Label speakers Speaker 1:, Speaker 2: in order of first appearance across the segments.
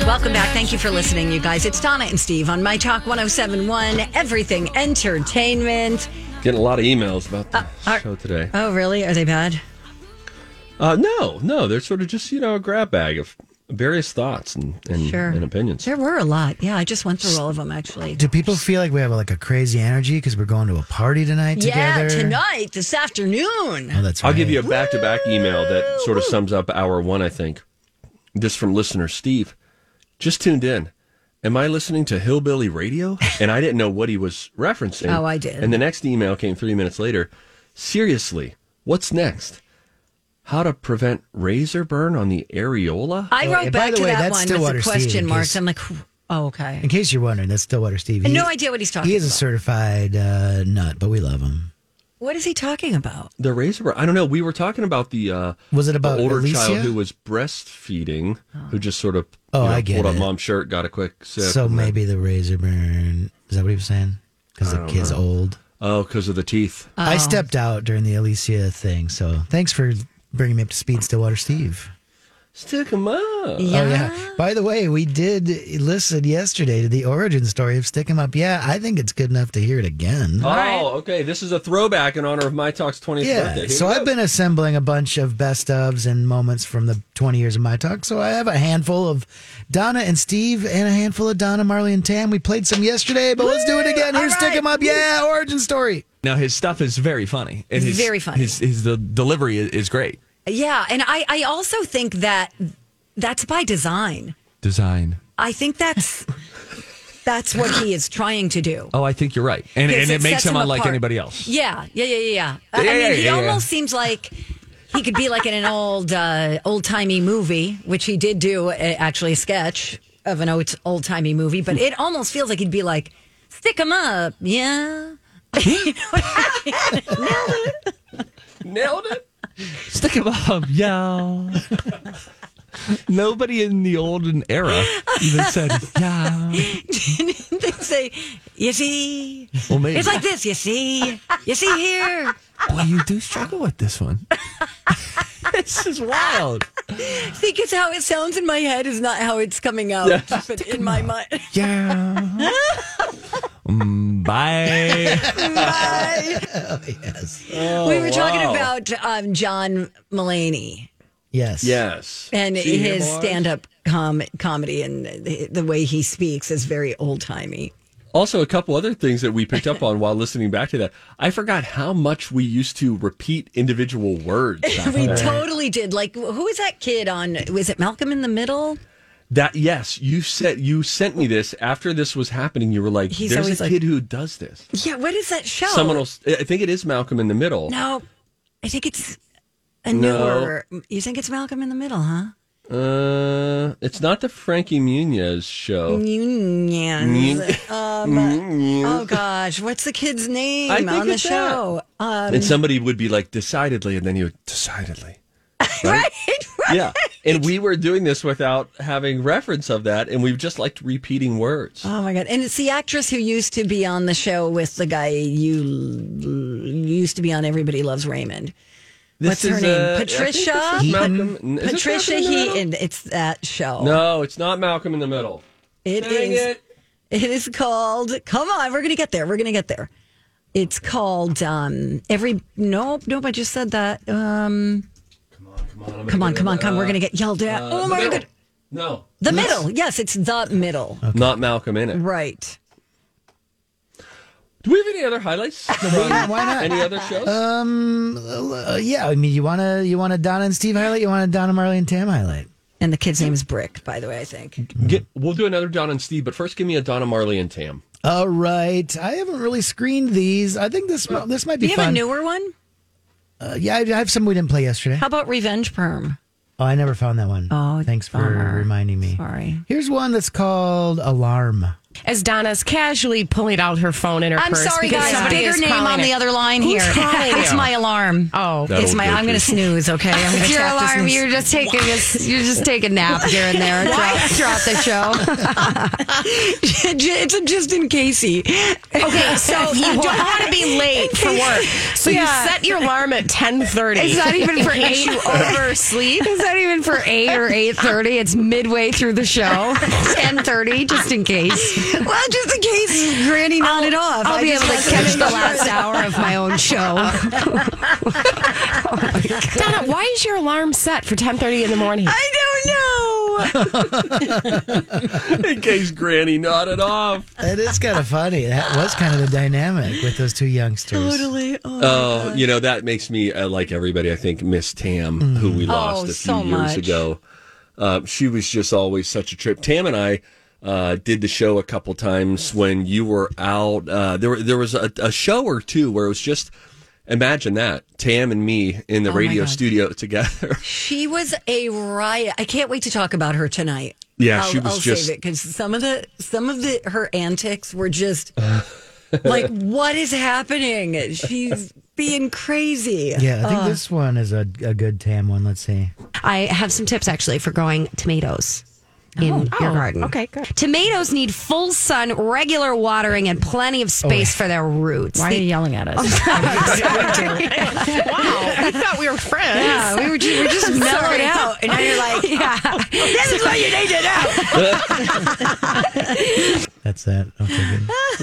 Speaker 1: Welcome back. Thank you for listening, you guys. It's Donna and Steve on My Talk 1071, Everything Entertainment.
Speaker 2: Getting a lot of emails about the
Speaker 1: Uh, are-
Speaker 2: show today.
Speaker 1: Oh, really? Are they bad?
Speaker 2: Uh, no, no, they're sort of just you know a grab bag of various thoughts and
Speaker 3: Hmm,
Speaker 2: and,
Speaker 1: Sure.
Speaker 2: and opinions.
Speaker 1: There were a lot. Yeah, I just went through all of them, actually.
Speaker 3: Do people feel like we have like a crazy energy because we're going to a party tonight
Speaker 1: Yeah,
Speaker 3: together?
Speaker 1: tonight, this afternoon.
Speaker 3: Oh, that's right.
Speaker 2: I'll give you a back to back email that sort of sums up hour one. I think this from listener Steve. Just tuned in. Am I listening to Hillbilly Radio? And I didn't know what he was referencing.
Speaker 1: Oh, I did.
Speaker 2: And the next email came three minutes later. Seriously, what's next? How to prevent razor burn on the areola?
Speaker 1: I
Speaker 3: Oh,
Speaker 1: wrote
Speaker 3: and by
Speaker 1: back
Speaker 3: the
Speaker 1: to
Speaker 3: way,
Speaker 1: that
Speaker 3: that's
Speaker 1: one with
Speaker 3: Stillwater
Speaker 1: the
Speaker 3: Steve,
Speaker 1: question
Speaker 3: in
Speaker 1: marks.
Speaker 3: case-
Speaker 1: I'm like, wh- oh, okay.
Speaker 3: In case you're wondering, that's Stillwater Steve.
Speaker 1: have
Speaker 3: He-
Speaker 1: no idea what he's talking
Speaker 3: He is a
Speaker 1: about.
Speaker 3: certified uh, nut, but we love him.
Speaker 1: What is he talking about?
Speaker 2: The razor burn. I don't know. We were talking about the uh,
Speaker 3: Was it about
Speaker 2: the older
Speaker 3: Alicia?
Speaker 2: child who was breastfeeding, who just sort of
Speaker 3: Oh, I get
Speaker 2: pulled up
Speaker 3: it.
Speaker 2: mom's shirt, got a quick sip.
Speaker 3: so
Speaker 2: and then-
Speaker 3: maybe the razor burn. Is that what he was saying? Because the kid's old.
Speaker 2: oh, because of the teeth.
Speaker 1: Oh.
Speaker 3: I stepped out during the Alicia thing, so thanks for bringing me up to speed, Stillwater Steve.
Speaker 2: Stick them up.
Speaker 1: Yeah.
Speaker 3: Oh yeah. By the way, we did listen yesterday to the origin story of Stick 'Em Up. Yeah, I think it's good enough to hear it again.
Speaker 2: Oh, okay. This is a throwback in honor of my talk's 20th
Speaker 3: Yeah,
Speaker 2: birthday. Here
Speaker 3: so
Speaker 2: we
Speaker 3: I've
Speaker 2: go.
Speaker 3: been assembling a bunch of best ofs and moments from the 20 years of my talk. So I have a handful of Donna and Steve and a handful of Donna, Marley, and Tam. We played some yesterday, but let's do it again. Here's Stick 'em Up. Yeah, origin story.
Speaker 4: Now his stuff is very funny. And
Speaker 1: It's
Speaker 4: his,
Speaker 1: very funny.
Speaker 4: His, his the delivery is, is great.
Speaker 1: Yeah, and I, I also think that that's by design.
Speaker 4: Design.
Speaker 1: I think that's that's what he is trying to do.
Speaker 4: Oh, I think you're right, and
Speaker 1: Because
Speaker 4: and it, makes
Speaker 1: sets
Speaker 4: him, unlike
Speaker 1: apart.
Speaker 4: anybody else.
Speaker 1: Yeah, yeah, yeah, yeah. yeah. I
Speaker 4: Yeah,
Speaker 1: mean,
Speaker 4: yeah,
Speaker 1: he
Speaker 4: yeah, yeah.
Speaker 1: almost seems like he could be like in an old uh, old timey movie, which he did do uh, actually a sketch of an old timey movie. But it almost feels like he'd be like, "Stick 'em up, yeah."
Speaker 2: Nailed it.
Speaker 4: Stick him up, yeah. Nobody in the olden era even said yeah.
Speaker 1: they say, "You see,
Speaker 4: Well, maybe.
Speaker 1: it's like this. You see, you see here."
Speaker 4: Boy, you do struggle with this one. this is wild.
Speaker 1: I think it's how it sounds in my head is not how it's coming out, but in my mind.
Speaker 4: Yeah. Mm, bye.
Speaker 3: Yes.
Speaker 4: Oh,
Speaker 1: we were talking about um, John Mullaney.
Speaker 3: Yes.
Speaker 2: Yes.
Speaker 1: and
Speaker 2: See here,
Speaker 1: his
Speaker 2: boys?
Speaker 1: stand-up com- comedy and the, the way he speaks is very old-timey.
Speaker 2: Also, a couple other things that we picked up on while listening back to that. I forgot how much we used to repeat individual words. back
Speaker 1: We
Speaker 2: then.
Speaker 1: totally did. Like, who was that kid on? Was it Malcolm in the Middle?
Speaker 2: That yes, you said you sent me this after this was happening. You were like,
Speaker 1: He's
Speaker 2: "There's
Speaker 1: always
Speaker 2: a
Speaker 1: like-
Speaker 2: kid who does this."
Speaker 1: Yeah. What is that show?
Speaker 2: Someone else. I think it is Malcolm in the Middle.
Speaker 1: No, I think it's a
Speaker 2: No.
Speaker 1: newer. You think it's Malcolm in the Middle, huh?
Speaker 2: Uh, it's not the Frankie Muniz show.
Speaker 1: Yeah. oh gosh, what's the kid's name
Speaker 2: I think
Speaker 1: on the
Speaker 2: it's
Speaker 1: show? Um,
Speaker 2: and somebody would be like, decidedly, and then you would, decidedly.
Speaker 1: right. right.
Speaker 2: Yeah. And we were doing this without having reference of that, and we just liked repeating words.
Speaker 1: Oh my god! And it's the actress who used to be on the show with the guy you used to be on Everybody Loves Raymond. What's her name?
Speaker 2: uh, I think this is
Speaker 1: Patricia?
Speaker 2: Malcolm. N- is it
Speaker 1: Patricia
Speaker 2: Malcolm in the Middle?
Speaker 1: Heaton. It's that show.
Speaker 2: No, it's not Malcolm in the Middle.
Speaker 1: it
Speaker 2: Dang
Speaker 1: is.
Speaker 2: it.
Speaker 1: It is called. Come on, we're gonna get there. We're gonna get there. It's called um, every. Nope, nope. I just said that. Um, come on, come on, come on, come on, We're gonna get yelled at. oh my
Speaker 2: Uh, Middle.
Speaker 1: god!
Speaker 2: No.
Speaker 1: The middle. Yes, it's the middle.
Speaker 2: Not Malcolm in it.
Speaker 1: Right.
Speaker 2: Do we have any other highlights?
Speaker 3: Why why not?
Speaker 2: Any other shows?
Speaker 3: Uh, yeah, I mean, you wanna you wanna Donna and Steve highlight, you wanna Donna Marley and Tam highlight.
Speaker 1: And the kid's name is Brick, by the way, I think.
Speaker 2: Get, we'll do another Don and Steve, but first give me a Donna Marley and Tam.
Speaker 3: All right, I haven't really screened these. I think this mi- this might
Speaker 1: Do
Speaker 3: be
Speaker 1: you have
Speaker 3: fun.
Speaker 1: a newer one?
Speaker 3: Uh, yeah, I I have some we didn't play yesterday.
Speaker 1: How about Revenge Perm?
Speaker 3: Oh, I never found that one.
Speaker 1: Oh,
Speaker 3: thanks for
Speaker 1: bummer.
Speaker 3: reminding me.
Speaker 1: Sorry.
Speaker 3: Here's one that's called Alarm.
Speaker 5: As Donna's casually pulling out her phone in her
Speaker 6: I'm
Speaker 5: purse.
Speaker 6: sorry,
Speaker 5: because
Speaker 6: guys.
Speaker 5: somebody
Speaker 6: Bigger
Speaker 5: is
Speaker 6: name
Speaker 5: calling
Speaker 6: on
Speaker 5: it.
Speaker 6: the other line
Speaker 5: Who's
Speaker 6: here.
Speaker 5: calling
Speaker 6: It's
Speaker 5: you?
Speaker 6: my alarm.
Speaker 5: Oh,
Speaker 2: That'll
Speaker 6: it's my.
Speaker 2: get
Speaker 6: I'm going to
Speaker 2: you.
Speaker 6: snooze. Okay, I'm going It's to your tap this alarm. snooze. You're just taking a s- you're just taking a nap here and there throughout, throughout the show.
Speaker 1: it's a just in casey.
Speaker 5: okay, so you don't want to be late for work. So
Speaker 6: Yeah.
Speaker 5: you set your alarm at 10:30.
Speaker 6: It's not even for
Speaker 5: In
Speaker 6: eight.
Speaker 5: case you oversleep.
Speaker 6: It's not even for eight or eight thirty. It's midway through the show, ten thirty, just in case.
Speaker 1: Well, just in case Granny nodded off.
Speaker 6: I'll
Speaker 1: I
Speaker 6: be
Speaker 1: just
Speaker 6: able to
Speaker 1: wasn't
Speaker 6: catch the
Speaker 1: sure.
Speaker 6: last hour of my own show.
Speaker 5: Donna, why is your alarm set for 10:30 in the morning?
Speaker 1: I don't know.
Speaker 2: In case Granny nodded off.
Speaker 3: It is kind of funny. That was kind of the dynamic with those two youngsters. Totally.
Speaker 2: Oh, you know, that makes me, uh, like everybody, I think, miss Tam,
Speaker 3: Mm.
Speaker 2: who we lost a
Speaker 3: Oh,
Speaker 2: few
Speaker 1: so
Speaker 2: years
Speaker 1: much.
Speaker 2: ago. Uh, she was just always such a trip. Tam and I uh, did the show a couple times when you were out. Uh, there, were- there was a, a show or two where it was just, imagine that, Tam and me in
Speaker 3: Oh
Speaker 2: the radio studio together.
Speaker 1: She was a riot. I can't wait to talk about her tonight.
Speaker 2: Yeah,
Speaker 1: I'll,
Speaker 2: she was
Speaker 1: I'll
Speaker 2: just-
Speaker 1: save it because some of the some of the her antics were just like, what is happening? She's being crazy.
Speaker 3: Yeah, I
Speaker 2: Uh.
Speaker 3: think this one is a, a good Tam one. Let's see.
Speaker 6: I have some tips actually for growing tomatoes in
Speaker 1: Oh,
Speaker 6: your garden.
Speaker 5: okay, good.
Speaker 6: Tomatoes need full sun, regular watering, and plenty of space
Speaker 2: Oh.
Speaker 6: for their roots.
Speaker 7: Why are you yelling at us?
Speaker 5: Wow, I thought we were friends.
Speaker 6: yeah, we were just, we were just
Speaker 1: Mellow
Speaker 6: mellowed
Speaker 1: it
Speaker 6: out.
Speaker 1: out, and now you're like,
Speaker 6: Yeah.
Speaker 1: this is what you need to know.
Speaker 3: That's that. Okay,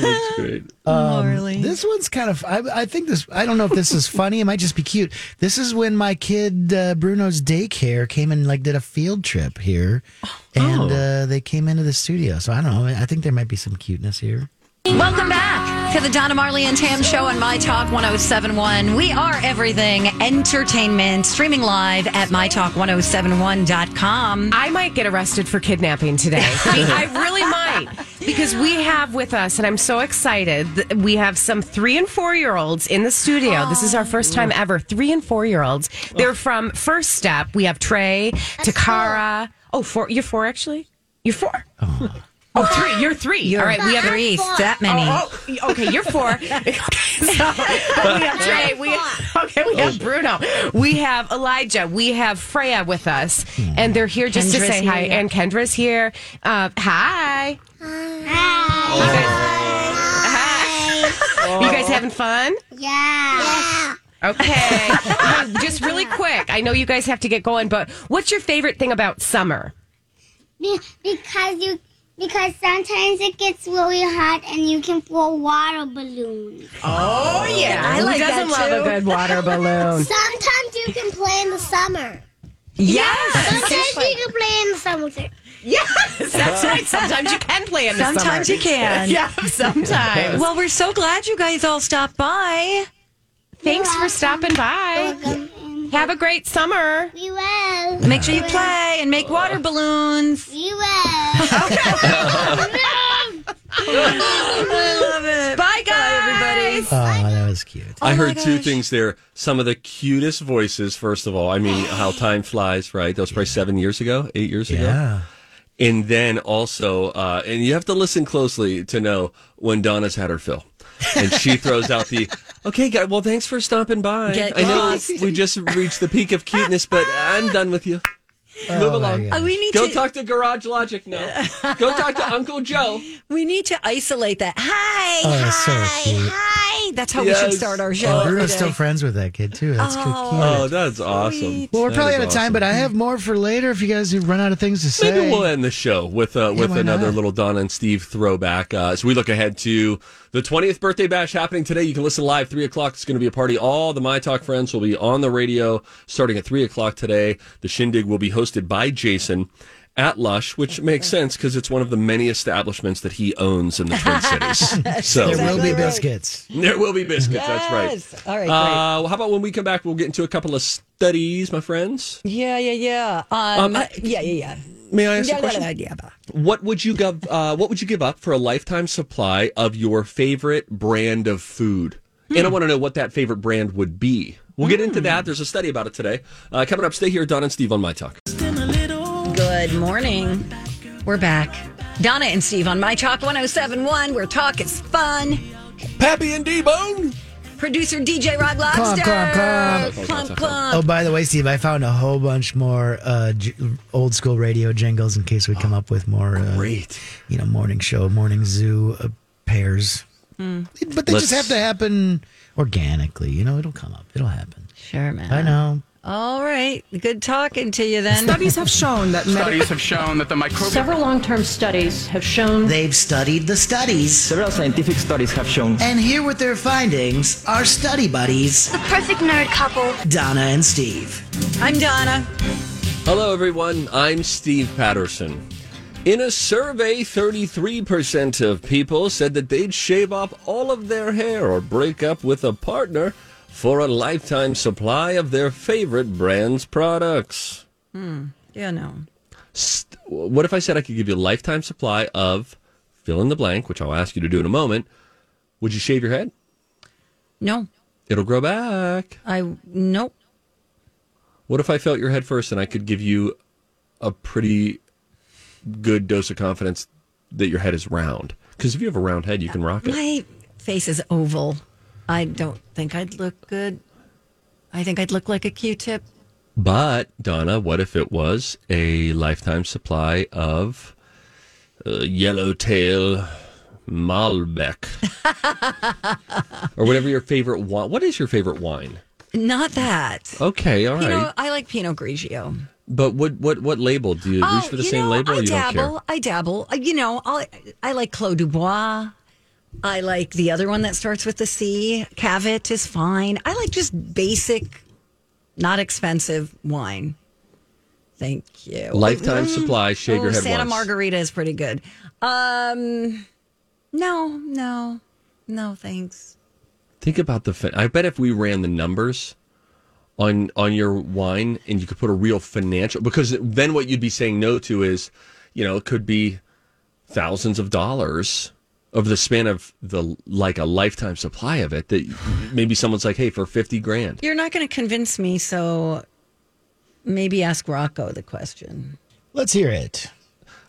Speaker 3: good. Um,
Speaker 2: That's great.
Speaker 3: This one's kind of. I, I think this. I don't know if this is funny. It might just be cute. This is when my kid uh, Bruno's daycare came and like did a field trip here,
Speaker 2: Oh.
Speaker 3: and uh, they came into the studio. So I don't know. I think there might be some cuteness here.
Speaker 6: Welcome back to the Donna Marley and Tam Show on My Talk 1071. We are everything entertainment, streaming live at MyTalk1071.com.
Speaker 5: I might get arrested for kidnapping today. I, I really might. Because we have with us, and I'm so excited, th- we have some three and four year olds in the studio. This is our first time ever. Three and four year olds. They're from First Step. We have Trey, Takara. Oh, four. You're four, actually? You're four. Oh, three. You're three. All right. We have
Speaker 6: three, that many.
Speaker 5: Oh, oh, okay, you're four. Okay, so, we have Trey. We, okay, we have Bruno. We have Elijah. We have Freya with us, and they're here just to
Speaker 6: Kendra's
Speaker 5: say hi.
Speaker 6: here.
Speaker 5: And Kendra's here. Uh, hi. Hi. You
Speaker 1: Oh.
Speaker 5: guys having fun? Okay. Hey, just really quick. I know you guys have to get going, but what's your favorite thing about summer?
Speaker 8: Be- because you because sometimes it gets really hot and you can throw water balloons.
Speaker 5: Oh yeah, I
Speaker 1: like that,
Speaker 5: doesn't love a
Speaker 1: too.
Speaker 5: good water balloon?
Speaker 8: Sometimes you can play in the summer.
Speaker 1: Yes.
Speaker 8: Sometimes you can play in the summer. too.
Speaker 5: Yes, that's right. Sometimes you can play in the summer.
Speaker 1: Sometimes you can.
Speaker 5: Yeah, sometimes.
Speaker 1: Well, we're so glad you guys all stopped by.
Speaker 5: Thanks for stopping by.
Speaker 8: Welcome and
Speaker 5: Have a great summer.
Speaker 8: we will.
Speaker 1: Make sure you play and make water balloons.
Speaker 8: We will.
Speaker 1: Bye, guys. everybody.
Speaker 3: Oh, that was cute.
Speaker 1: Oh
Speaker 2: I heard two things there. Some of the cutest voices, first of all. I mean, how time flies, right? That was probably seven years ago, eight years ago.
Speaker 3: Yeah.
Speaker 2: And then also, uh, and you have to listen closely to know when Donna's had her fill. And she throws out the, okay, guy, well, thanks for stopping by.
Speaker 1: Get
Speaker 2: I know
Speaker 1: lost."
Speaker 2: we just reached the peak of cuteness, but I'm done with you.
Speaker 3: Oh
Speaker 2: Move along.
Speaker 1: Uh, we need
Speaker 2: Go
Speaker 1: to
Speaker 2: talk to Garage Logic now. Go talk to Uncle Joe.
Speaker 1: we need to isolate that. Hi,
Speaker 3: Oh, that's so
Speaker 1: hi,
Speaker 3: cute.
Speaker 1: hi. That's how we
Speaker 2: Yes.
Speaker 1: should start our show.
Speaker 3: Oh,
Speaker 1: every
Speaker 3: Bruno's
Speaker 1: day.
Speaker 3: still friends with that kid too. That's good. cute.
Speaker 2: Oh, that's awesome.
Speaker 3: well, we're
Speaker 2: That
Speaker 3: probably
Speaker 2: is
Speaker 3: out of time,
Speaker 2: awesome.
Speaker 3: but I have more for later if you guys have run out of things to say.
Speaker 2: Maybe we'll end the show with uh, with
Speaker 3: why
Speaker 2: another
Speaker 3: not?
Speaker 2: little Donna and Steve throwback uh, as we look ahead to the 20th birthday bash happening today. You can listen live three o'clock. It's going to be a party. All the My Talk friends will be on the radio starting at three o'clock today. The shindig will be hosted by Jason. at Lush, which makes sense because it's one of the many establishments that he owns in the Twin Cities. So
Speaker 3: There will be biscuits.
Speaker 2: there will be biscuits. That's right.
Speaker 1: Yes. All right, great.
Speaker 2: Uh, well, how about when we come back, we'll get into a couple of studies, my friends.
Speaker 1: yeah, yeah, yeah. Um,
Speaker 2: Um,
Speaker 1: uh, yeah, yeah, yeah.
Speaker 2: May I ask
Speaker 1: Yeah,
Speaker 2: a
Speaker 1: yeah,
Speaker 2: question?
Speaker 1: yeah, yeah, yeah.
Speaker 2: What would you give? Uh, what would you give up for a lifetime supply of your favorite brand of food? And I want to know what that favorite brand would be. We'll get into that. There's a study about it today. Uh, coming up, stay here, Don and Steve on my talk.
Speaker 1: Good morning. We're back. Donna and Steve on My Talk 1071, where talk is fun.
Speaker 2: Pappy and D Bone.
Speaker 1: Producer DJ Rod Lobster.
Speaker 3: clump, clump.
Speaker 1: clump, clump.
Speaker 3: Oh, by the way, Steve, I found a whole bunch more uh, j- old school radio jingles in case we come up with more, uh,
Speaker 2: Great.
Speaker 3: you know, morning show, morning zoo uh, pairs. But they just
Speaker 2: Hmm. Let's-
Speaker 3: have to happen organically. You know, it'll come up. It'll happen.
Speaker 1: Sure, man.
Speaker 3: I know.
Speaker 1: All right. Good talking to you then.
Speaker 7: Studies have shown that medical
Speaker 9: Studies have shown that the microbial
Speaker 7: Several long-term studies have shown
Speaker 3: They've studied the studies,
Speaker 9: Several scientific studies have shown
Speaker 3: and here with their findings are study buddies
Speaker 8: The perfect nerd couple.
Speaker 3: Donna and Steve.
Speaker 1: I'm Donna.
Speaker 2: Hello, everyone. I'm Steve Patterson. In a survey, 33% of people said that they'd shave off all of their hair or break up with a partner for a lifetime supply of their favorite brand's products.
Speaker 1: Yeah, no.
Speaker 2: St- what if I said I could give you a lifetime supply of fill in the blank, which I'll ask you to do in a moment? Would you shave your head?
Speaker 1: No.
Speaker 2: It'll grow back.
Speaker 1: I, nope.
Speaker 2: What if I felt your head first and I could give you a pretty good dose of confidence that your head is round? Because if you have a round head, you can rock it.
Speaker 1: My face is oval. I don't think I'd look good. I think I'd look like a Q-tip.
Speaker 2: But, Donna, what if it was a lifetime supply of uh, yellowtail Malbec? or whatever your favorite wine. What is your favorite wine?
Speaker 1: Not that.
Speaker 2: Okay, all right.
Speaker 1: You know, I like Pinot Grigio.
Speaker 2: but what, what, what label? Do you reach for the
Speaker 1: Uh, you
Speaker 2: same
Speaker 1: know,
Speaker 2: label
Speaker 1: I
Speaker 2: or you
Speaker 1: dabble.
Speaker 2: don't care?
Speaker 1: I dabble. I- You know, I I like Clos du Bois. I like the other one that starts with the C. Cavit is fine. I like just basic, not expensive wine. Thank you.
Speaker 2: Lifetime supply, shave your
Speaker 1: Oh,
Speaker 2: head
Speaker 1: Santa
Speaker 2: once.
Speaker 1: Margarita is pretty good. Um, no, no, no, thanks.
Speaker 2: Think about the. Fin- I bet if we ran the numbers on on your wine, and you could put a real financial, because then what you'd be saying no to is, you know, it could be thousands of dollars over the span of the like a lifetime supply of it. That maybe someone's like, hey, for fifty grand.
Speaker 1: You're not going to convince me, so maybe ask Rocco the question.
Speaker 3: Let's hear it.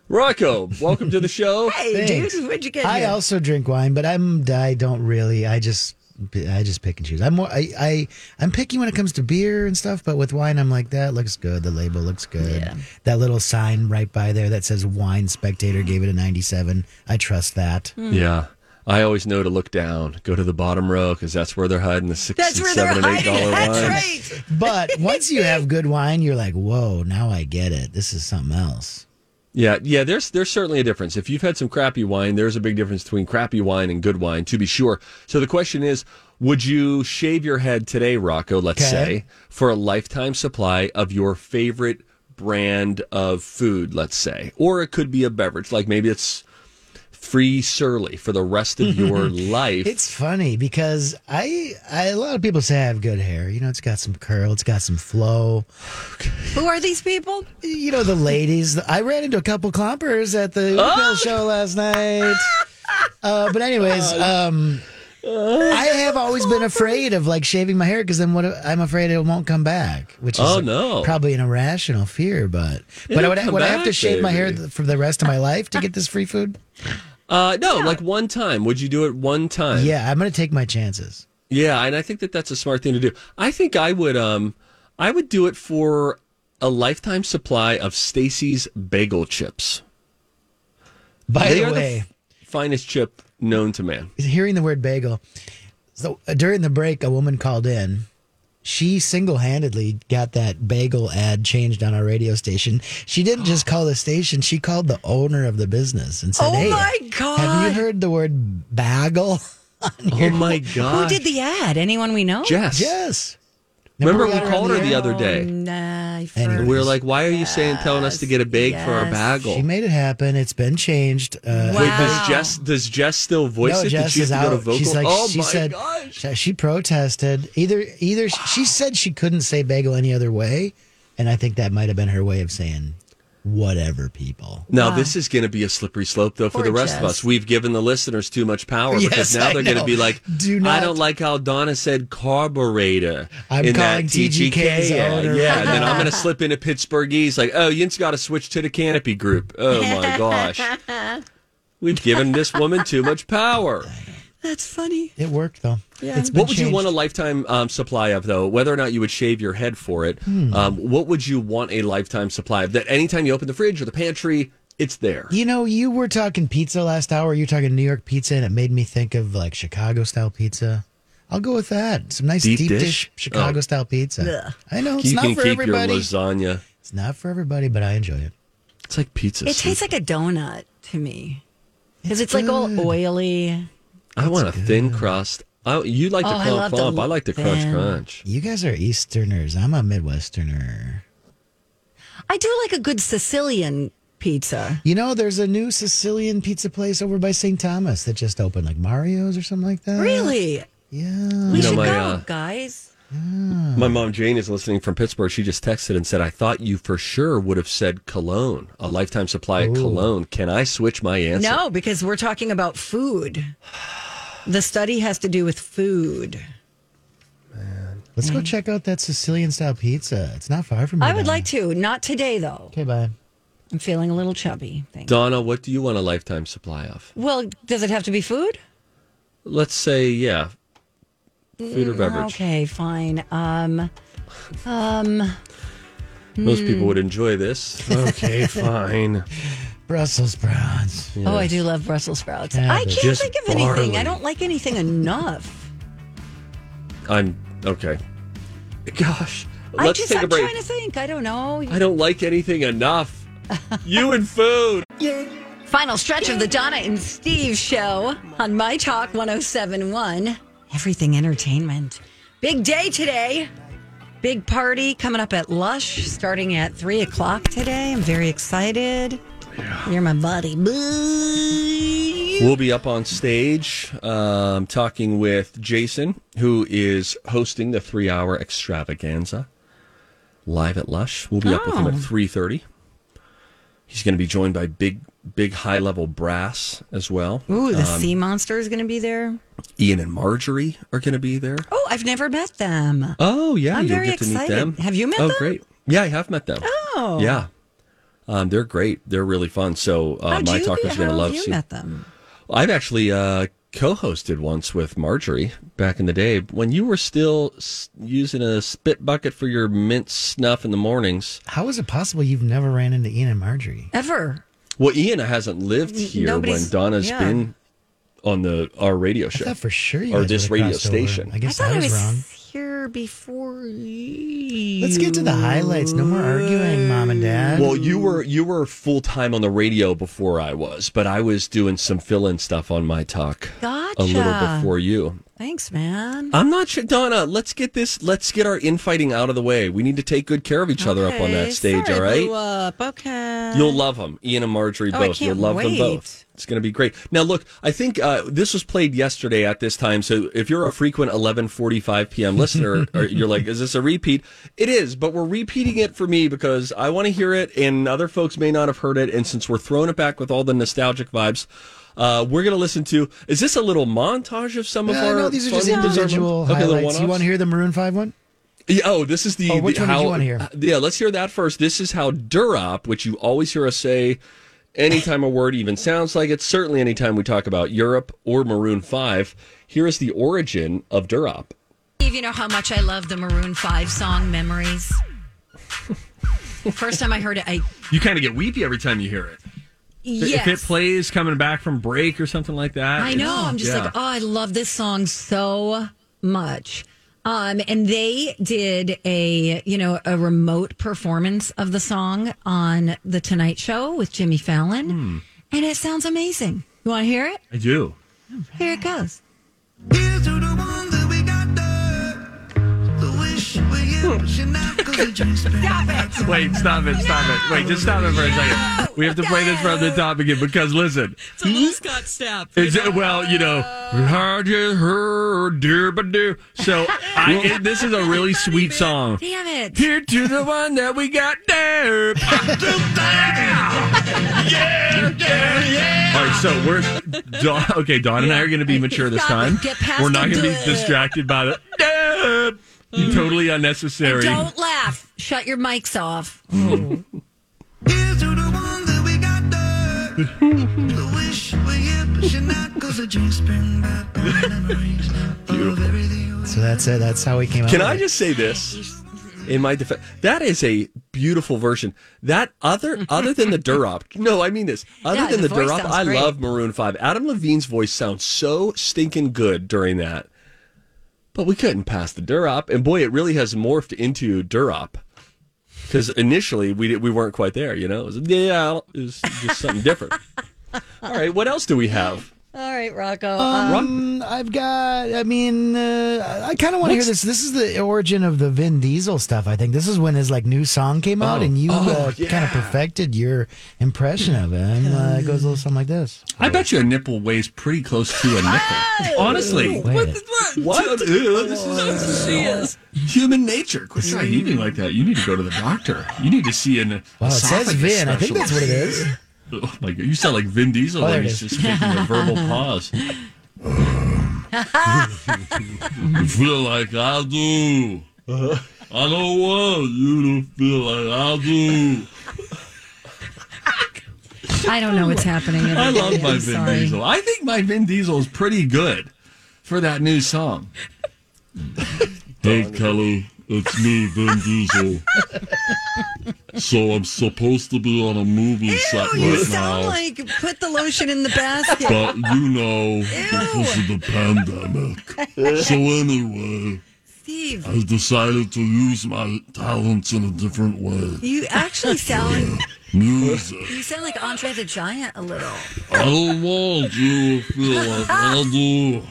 Speaker 2: Rocco, welcome to the show.
Speaker 1: Hey,
Speaker 3: Thanks.
Speaker 1: dude, where'd you get
Speaker 3: I
Speaker 1: here?
Speaker 3: also drink wine, but I'm I don't really. I just I just pick and choose. I'm more I, I I'm picky when it comes to beer and stuff, but with wine, I'm like that looks good. The label looks good. That little sign right by there that says "Wine Spectator" gave it a 97. I trust that.
Speaker 1: Mm.
Speaker 2: Yeah. I always know to look down, go to the bottom row because that's where they're hiding the six
Speaker 1: That's
Speaker 2: and
Speaker 1: where they're
Speaker 2: seven and eight
Speaker 1: hiding.
Speaker 2: dollar
Speaker 1: it. That's
Speaker 2: wines.
Speaker 1: right.
Speaker 3: But once you have good wine, you're like, whoa, now I get it. This is something else.
Speaker 2: Yeah, yeah. There's there's certainly a difference. If you've had some crappy wine, there's a big difference between crappy wine and good wine, to be sure. So the question is, would you shave your head today, Rocco? Let's
Speaker 3: Okay.
Speaker 2: say for a lifetime supply of your favorite brand of food, let's say, or it could be a beverage, like maybe it's free surly for the rest of your life.
Speaker 3: It's funny because I, I a lot of people say I have good hair. You know, it's got some curl, it's got some flow.
Speaker 1: Who are these people?
Speaker 3: You know, the ladies. I ran into a couple clompers at the
Speaker 2: Oh,
Speaker 3: Bill show last night. Uh, but
Speaker 2: Oh,
Speaker 3: anyways, um, I have always been afraid of like shaving my hair because then what? if- I'm afraid it won't come back, which is
Speaker 2: Oh, no.
Speaker 3: probably an irrational fear. But but I
Speaker 2: It'll
Speaker 3: would,
Speaker 2: come
Speaker 3: would I have to
Speaker 2: back,
Speaker 3: shave my hair
Speaker 2: baby.
Speaker 3: th- for the rest of my life to get this free food?
Speaker 2: uh, no, like one time. Would you do it one time?
Speaker 3: Yeah, I'm gonna take my chances.
Speaker 2: Yeah, and I think that that's a smart thing to do. I think I would um I would do it for a lifetime supply of Stacy's bagel chips.
Speaker 3: By
Speaker 2: They
Speaker 3: the
Speaker 2: are the
Speaker 3: way.
Speaker 2: f- finest chip known to man.
Speaker 3: hearing the word bagel. So uh, during the break, a woman called in. She single handedly got that bagel ad changed on our radio station. She didn't just call the station, she called the owner of the business and said,
Speaker 1: Oh
Speaker 3: Hey,
Speaker 1: my
Speaker 3: have
Speaker 1: God.
Speaker 3: you heard the word bagel?
Speaker 2: Oh my god.
Speaker 1: Who did the ad? Anyone we know?
Speaker 2: Jess.
Speaker 3: yes.
Speaker 2: Remember we
Speaker 3: got her on
Speaker 2: called
Speaker 3: the
Speaker 2: her the
Speaker 3: air?
Speaker 2: other day.
Speaker 1: Nah, July
Speaker 2: And we were like, why are you saying telling us to get a bag for our
Speaker 3: yes.
Speaker 2: bagel?
Speaker 3: She made it happen. It's been changed. Uh,
Speaker 2: Wait, does Jess does Jess still voice
Speaker 3: no,
Speaker 2: it?
Speaker 3: Jess
Speaker 2: Did
Speaker 3: is
Speaker 2: she have to go
Speaker 3: out.
Speaker 2: to vocal?
Speaker 3: She's like,
Speaker 2: oh
Speaker 3: she
Speaker 2: my
Speaker 3: said
Speaker 2: god!
Speaker 3: she- she protested. Either, either she said she couldn't say bagel any other way, and I think that might have been her way of saying whatever. People.
Speaker 2: Now this is going to be a slippery slope, though, for
Speaker 3: Poor
Speaker 2: the rest of
Speaker 3: Jess.
Speaker 2: us. We've given the listeners too much power
Speaker 3: Yes,
Speaker 2: because now
Speaker 3: I
Speaker 2: they're going
Speaker 3: know.
Speaker 2: to be like,
Speaker 3: Do
Speaker 2: I
Speaker 3: not-
Speaker 2: don't like how Donna said carburetor.
Speaker 3: I'm
Speaker 2: in
Speaker 3: calling
Speaker 2: that TGK.
Speaker 3: TGK's
Speaker 2: ad."
Speaker 3: owner.
Speaker 2: uh, Yeah, and then I'm going to slip into Pittsburghese like, oh, Yin's got to switch to the Canopy Group. Oh my gosh, we've given this woman too much power.
Speaker 1: That's funny.
Speaker 3: It worked though.
Speaker 1: Yeah.
Speaker 3: It's been
Speaker 2: What would you
Speaker 3: changed.
Speaker 2: want a lifetime um, supply of, though? Whether or not you would shave your head for it,
Speaker 3: Hmm.
Speaker 2: um, what would you want a lifetime supply of? That anytime you open the fridge or the pantry, it's there.
Speaker 3: You know, you were talking pizza last hour. You were talking New York pizza, and it made me think of like Chicago style pizza. I'll go with that. Some nice
Speaker 2: Deep
Speaker 3: deep,
Speaker 2: dish?
Speaker 3: dish, Chicago style pizza.
Speaker 2: Ugh.
Speaker 3: I know it's
Speaker 2: you
Speaker 3: not
Speaker 2: can
Speaker 3: for
Speaker 2: keep
Speaker 3: everybody.
Speaker 2: your lasagna.
Speaker 3: It's not for everybody, but I enjoy it.
Speaker 2: It's like pizza.
Speaker 1: It tastes like a donut to me because it's, like all oily.
Speaker 2: I want a thin crust. I, you like
Speaker 1: Oh,
Speaker 2: the
Speaker 1: I
Speaker 2: clump
Speaker 1: love the
Speaker 2: clump. I like the crunch
Speaker 1: thin.
Speaker 2: crunch.
Speaker 3: You guys are Easterners. I'm a Midwesterner.
Speaker 1: I do like a good Sicilian pizza.
Speaker 3: You know, there's a new Sicilian pizza place over by St. Thomas that just opened, like Mario's or something like that.
Speaker 1: Really? We
Speaker 3: Yeah.
Speaker 2: You know,
Speaker 1: should
Speaker 2: my,
Speaker 1: go,
Speaker 2: uh,
Speaker 1: guys. Oh.
Speaker 2: My mom Jane is listening from Pittsburgh. She just texted and said, "I thought you for sure would have said cologne, a lifetime supply of cologne. Can I switch my answer?"
Speaker 1: No, because we're talking about food. The study has to do with food.
Speaker 3: Let's go check out that Sicilian style pizza. It's not far from.
Speaker 1: I would like to. Not today, though.
Speaker 3: Okay, bye.
Speaker 1: I'm feeling a little chubby. Thanks.
Speaker 2: Donna, what do you want a lifetime supply of?
Speaker 1: Well, does it have to be food?
Speaker 2: Let's say, yeah, food or
Speaker 1: Mm,
Speaker 2: beverage.
Speaker 1: Okay, fine. Um, um,
Speaker 2: Most
Speaker 1: hmm.
Speaker 2: people would enjoy this. Okay, fine.
Speaker 3: Brussels sprouts.
Speaker 1: Oh, I do love Brussels sprouts.
Speaker 2: Yeah,
Speaker 1: I
Speaker 2: but-
Speaker 1: can't
Speaker 2: Just
Speaker 1: think of anything.
Speaker 2: barley.
Speaker 1: I don't like anything enough.
Speaker 2: I'm okay. Gosh,
Speaker 1: I
Speaker 2: let's
Speaker 1: just,
Speaker 2: take
Speaker 1: I'm
Speaker 2: a break.
Speaker 1: trying to think. I don't know.
Speaker 2: I don't like anything enough. you and food.
Speaker 1: Final stretch of the Donna and Steve show on My Talk 1071. Everything entertainment. Big day today. Big party coming up at Lush starting at 3 o'clock today. I'm very excited. You're my buddy. Boo.
Speaker 2: We'll be up on stage um, talking with Jason, who is hosting the three-hour extravaganza live at Lush. We'll be up with him at
Speaker 1: Oh.
Speaker 2: three thirty. He's going to be joined by big, big high-level brass as well.
Speaker 1: Ooh, the
Speaker 2: Um,
Speaker 1: sea monster is going to be there.
Speaker 2: Ian and Marjorie are going to be there.
Speaker 1: Oh, I've never met them.
Speaker 2: Oh yeah,
Speaker 1: I'm
Speaker 2: you'll
Speaker 1: very
Speaker 2: get to meet
Speaker 1: excited.
Speaker 2: them.
Speaker 1: Have you met
Speaker 2: oh,
Speaker 1: them?
Speaker 2: great. Yeah, I have met them.
Speaker 1: Oh.
Speaker 2: yeah. Um, they're great. They're really fun. So uh,
Speaker 1: How'd
Speaker 2: my
Speaker 1: you
Speaker 2: talker's
Speaker 1: be-
Speaker 2: going
Speaker 1: how
Speaker 2: to love
Speaker 1: have you
Speaker 2: seeing-
Speaker 1: met them?
Speaker 2: I've actually uh, co-hosted once with Marjorie back in the day when you were still s- using a spit bucket for your mint snuff in the mornings.
Speaker 3: How is it possible you've never ran into Ian and Marjorie?
Speaker 1: Ever.
Speaker 2: Well, Ian hasn't lived here
Speaker 1: Nobody's-
Speaker 2: when Donna's
Speaker 1: yeah.
Speaker 2: been on the our radio show
Speaker 3: I thought for sure you
Speaker 2: or
Speaker 3: guys
Speaker 2: this
Speaker 3: would've
Speaker 2: radio
Speaker 3: crossed over.
Speaker 2: station.
Speaker 3: I guess
Speaker 1: I
Speaker 3: I,
Speaker 1: thought
Speaker 3: was,
Speaker 1: I was
Speaker 3: wrong.
Speaker 1: here before you.
Speaker 3: Let's get to the highlights. No more arguing, mom and dad.
Speaker 2: Well, you were you were full time on the radio before I was, but I was doing some fill in stuff on my talk
Speaker 1: Gotcha.
Speaker 2: a little before you.
Speaker 1: Thanks, man.
Speaker 2: I'm not sure, Donna. Let's get this. Let's get our infighting out of the way. We need to take good care of each other up on that stage. all right.
Speaker 1: Okay.
Speaker 2: You'll love them, Ian and Marjorie
Speaker 1: Oh, I
Speaker 2: both.
Speaker 1: can't
Speaker 2: You'll love them
Speaker 1: wait.
Speaker 2: both. It's going to be great. Now, look, I think uh, this was played yesterday at this time. So if you're a frequent 11:45 p.m. listener, or you're like, "Is this a repeat?" It is, but we're repeating it for me because I want to hear it, and other folks may not have heard it. And since we're throwing it back with all the nostalgic vibes. Uh, we're going to listen to. Is this a little montage of some of
Speaker 3: No,
Speaker 2: our?
Speaker 3: Uh, no, these are just
Speaker 2: fun-
Speaker 3: individual
Speaker 2: Okay, little
Speaker 3: highlights. You
Speaker 2: one-offs?
Speaker 3: want to hear the Maroon Five one?
Speaker 2: Yeah, oh, this is the.
Speaker 3: Oh, which
Speaker 2: the-
Speaker 3: one did you
Speaker 2: how-
Speaker 3: wanna hear?
Speaker 2: uh, Yeah, let's hear that first. This is how Durop, which you always hear us say anytime a word even sounds like it, certainly anytime we talk about Europe or Maroon 5, here is the origin of Durop.
Speaker 6: Steve, you know how much I love the Maroon 5 song Memories? the first time I heard it, I.
Speaker 2: You kind of get weepy every time you hear it.
Speaker 6: Yes.
Speaker 2: plays coming back from break or something like that.
Speaker 6: I know. I'm just like, oh, I love this song so much. Um, and they did a you know a remote performance of the song on the Tonight Show with Jimmy Fallon,
Speaker 2: Hmm.
Speaker 6: and it sounds amazing. You want to hear it?
Speaker 2: I do.
Speaker 6: Here it goes.
Speaker 10: Here's to the ones that we got there. The wish we you, but you're not 'cause
Speaker 1: Stop it.
Speaker 2: Wait, stop it, stop it. Wait, just stop it for a second. We have to play this from the top again because listen.
Speaker 11: It's a little Scott Stapp.
Speaker 2: Hmm? Is it well, you know, hard to her dear but dear. So I, it, this is a really sweet song.
Speaker 1: Damn it.
Speaker 2: Here to the one that we got there. Pop to there. Yeah, yeah, yeah. All right, so we're Dawn, okay. Dawn and I are going to be mature this
Speaker 1: Stop it.
Speaker 2: time.
Speaker 1: Get past
Speaker 2: We're not
Speaker 1: the
Speaker 2: going to be
Speaker 1: duh.
Speaker 2: distracted by the duh. totally unnecessary.
Speaker 1: Don't laugh. Shut your mics off.
Speaker 3: So that's it. That's how we came up
Speaker 12: Can
Speaker 3: with
Speaker 12: I
Speaker 3: it.
Speaker 12: just say this in my defense? That is a beautiful version. That other other than the Durop, no, I mean this. Other
Speaker 1: Yeah,
Speaker 12: than
Speaker 1: the
Speaker 12: the,
Speaker 1: voice
Speaker 12: Durop,
Speaker 1: sounds
Speaker 12: I
Speaker 1: great.
Speaker 12: love Maroon Five. Adam Levine's voice sounds so stinking good during that, but we couldn't pass the Durop, and boy, it really has morphed into Durop. Because initially we we weren't quite there, you know. It was, yeah, it was just something different. All right, what else do we have?
Speaker 1: All right, Rocco.
Speaker 2: Uh,
Speaker 3: Um, I've got. I mean, uh, I kind of want to hear this. This is the origin of the Vin Diesel stuff. I think this is when his like new song came out,
Speaker 12: Oh.
Speaker 3: and you
Speaker 12: Oh,
Speaker 3: uh, kind of perfected your impression of him. Uh, it goes a little something like this.
Speaker 2: I bet you a nipple weighs pretty close to a nickel. Honestly.
Speaker 3: Wait.
Speaker 2: What? Ew, this is
Speaker 11: She is.
Speaker 2: human nature. Quit trying eating like that. You need to go to the doctor. You need to see an.
Speaker 3: Wow, it says
Speaker 2: esophagus
Speaker 3: Vin. I think that's
Speaker 2: specialist.
Speaker 3: what it is.
Speaker 2: Oh my god, you sound like Vin Diesel
Speaker 3: Oh, there
Speaker 2: when
Speaker 3: it
Speaker 2: he's
Speaker 3: is.
Speaker 2: just taking a verbal pause. you feel like I do. Uh-huh. I don't want you to feel like I do.
Speaker 1: I don't know what's happening.
Speaker 2: I love my
Speaker 1: I'm
Speaker 2: Vin
Speaker 1: sorry.
Speaker 2: Diesel. I think my Vin Diesel is pretty good for that new song.
Speaker 13: Hey, Kelly, it's me, Vin Diesel. so I'm supposed to be on a movie set
Speaker 1: You
Speaker 13: right now,
Speaker 1: sound like put the lotion in the basket.
Speaker 13: but you know, because of the pandemic. so anyway,
Speaker 1: Steve,
Speaker 13: I decided to use my talents in a different way.
Speaker 1: you actually sound
Speaker 13: Music.
Speaker 1: you sound like Andre the Giant a little.
Speaker 13: I don't want you to feel like I do.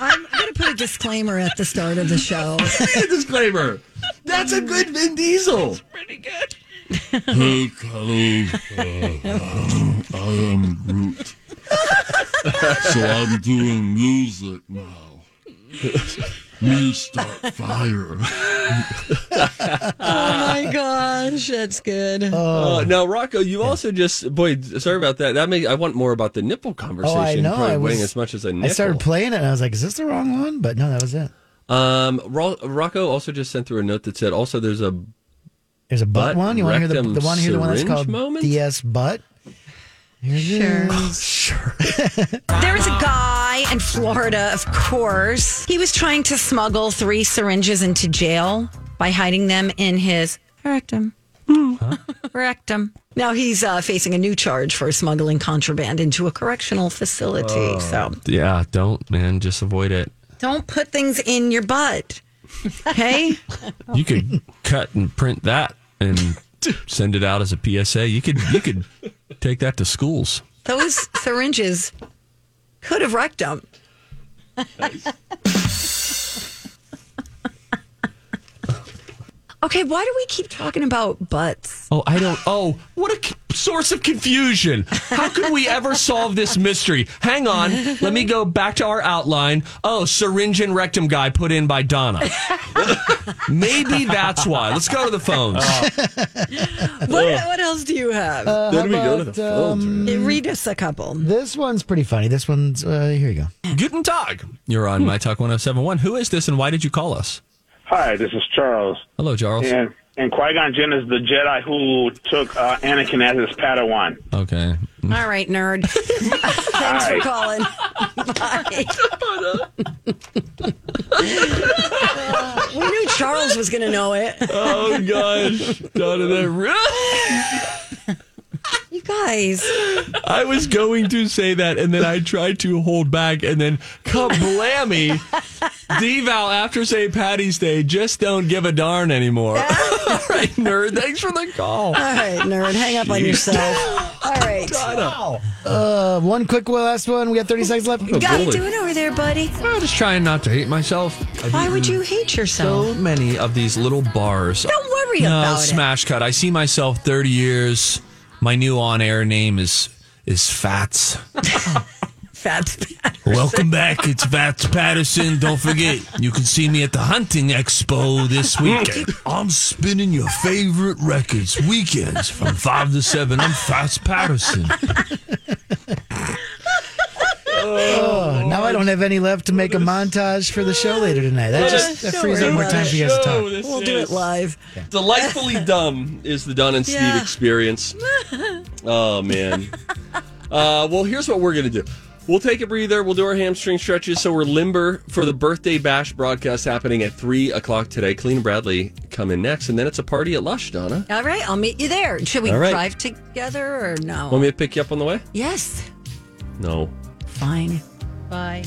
Speaker 1: I'm gonna put a disclaimer at the start of the show.
Speaker 2: Disclaimer. That's a good Vin Diesel.
Speaker 13: Hey, Kelly, uh, I am Groot. so I'm doing music now. Me start fire.
Speaker 1: Oh my gosh, that's good.
Speaker 12: Uh, now, Rocco, you also just boy. Sorry about that. That may I want more about the nipple conversation.
Speaker 3: Oh, I know.
Speaker 12: Probably
Speaker 3: I was
Speaker 12: weighing as much as a
Speaker 3: I
Speaker 12: nipple.
Speaker 3: started playing it, and I was like, "Is this the wrong one?" But no, that was it.
Speaker 12: Um, Ro- Rocco also just sent through a note that said also there's a
Speaker 3: There's a butt,
Speaker 12: Butt
Speaker 3: one. You want to hear the,
Speaker 12: rectum
Speaker 3: the one? Hear the one that's
Speaker 12: syringe
Speaker 3: called DS butt. Here it is.
Speaker 1: There was a guy in Florida, of course. He was trying to smuggle three syringes into jail by hiding them in his rectum. rectum. Now he's uh, facing a new charge for smuggling contraband into a correctional facility. So
Speaker 4: Yeah, don't, man. Just avoid it.
Speaker 1: don't put things in your butt. Okay?
Speaker 4: You could cut and print that and send it out as a PSA. You could you could take that to schools.
Speaker 1: Those syringes could have wrecked him. okay, why do we keep talking about butts?
Speaker 4: Oh, I don't. Oh, what a c- source of confusion. How could we ever solve this mystery? Hang on. Let me go back to our outline. Oh, syringe and rectum guy put in by Donna. Maybe that's why. Let's go to the phones.
Speaker 1: What, what else do you have?
Speaker 3: Uh, how about, um,
Speaker 1: Read us a couple.
Speaker 3: This one's pretty funny. This one's uh, here. You go.
Speaker 4: Guten Tag. You're on My Talk 1071. Who is this and why did you call us?
Speaker 14: Hi, this is Charles.
Speaker 4: Hello, Charles.
Speaker 14: And, and Qui Gon Jinn is the Jedi who took uh, Anakin as his Padawan.
Speaker 4: Okay.
Speaker 1: All right, nerd. Thanks for
Speaker 14: Hi.
Speaker 1: calling. Bye. Uh, we knew Charles was going to know it.
Speaker 2: Oh gosh, Donna, that
Speaker 1: You guys.
Speaker 4: I was going to say that, and then I tried to hold back, and then kablammy, Deval after St. Patty's Day just don't give a darn anymore. All right, nerd. Thanks for the call.
Speaker 1: All right, nerd. Hang up on yourself. All right.
Speaker 3: Wow. Uh, one quick last one. We got 30 seconds left.
Speaker 1: You gotta do it over there, buddy.
Speaker 4: I'm just trying not to hate myself. I've
Speaker 1: Why would
Speaker 4: eaten
Speaker 1: you hate yourself?
Speaker 4: So many of these little bars.
Speaker 1: Don't worry
Speaker 4: no,
Speaker 1: about it.
Speaker 4: smash cut. I see myself 30 years. My new on-air name is is Fats.
Speaker 1: Fats Patterson.
Speaker 4: Welcome back. It's Vats Patterson. Don't forget, you can see me at the Hunting Expo this weekend. I'm spinning your favorite records weekends from 5 to 7. I'm Vats Patterson.
Speaker 3: Oh, now I don't have any left to make a montage for the show later tonight. That
Speaker 2: What a
Speaker 3: just that frees up more
Speaker 2: show.
Speaker 3: time for you guys to
Speaker 2: Show
Speaker 3: talk.
Speaker 2: this
Speaker 1: We'll do it
Speaker 2: is.
Speaker 1: live.
Speaker 2: Delightfully dumb is the Don and Steve
Speaker 1: Yeah.
Speaker 2: experience. Oh man. Uh, well, here's what we're gonna do. We'll take a breather. We'll do our hamstring stretches so we're limber for the birthday bash broadcast happening at three o'clock today. Clean and Bradley come in next, and then it's a party at Lush, Donna.
Speaker 1: All right, I'll meet you there. Should we
Speaker 2: All right.
Speaker 1: drive together or no?
Speaker 2: Want me to pick you up on the way?
Speaker 1: yes.
Speaker 2: No.
Speaker 1: Fine. Bye.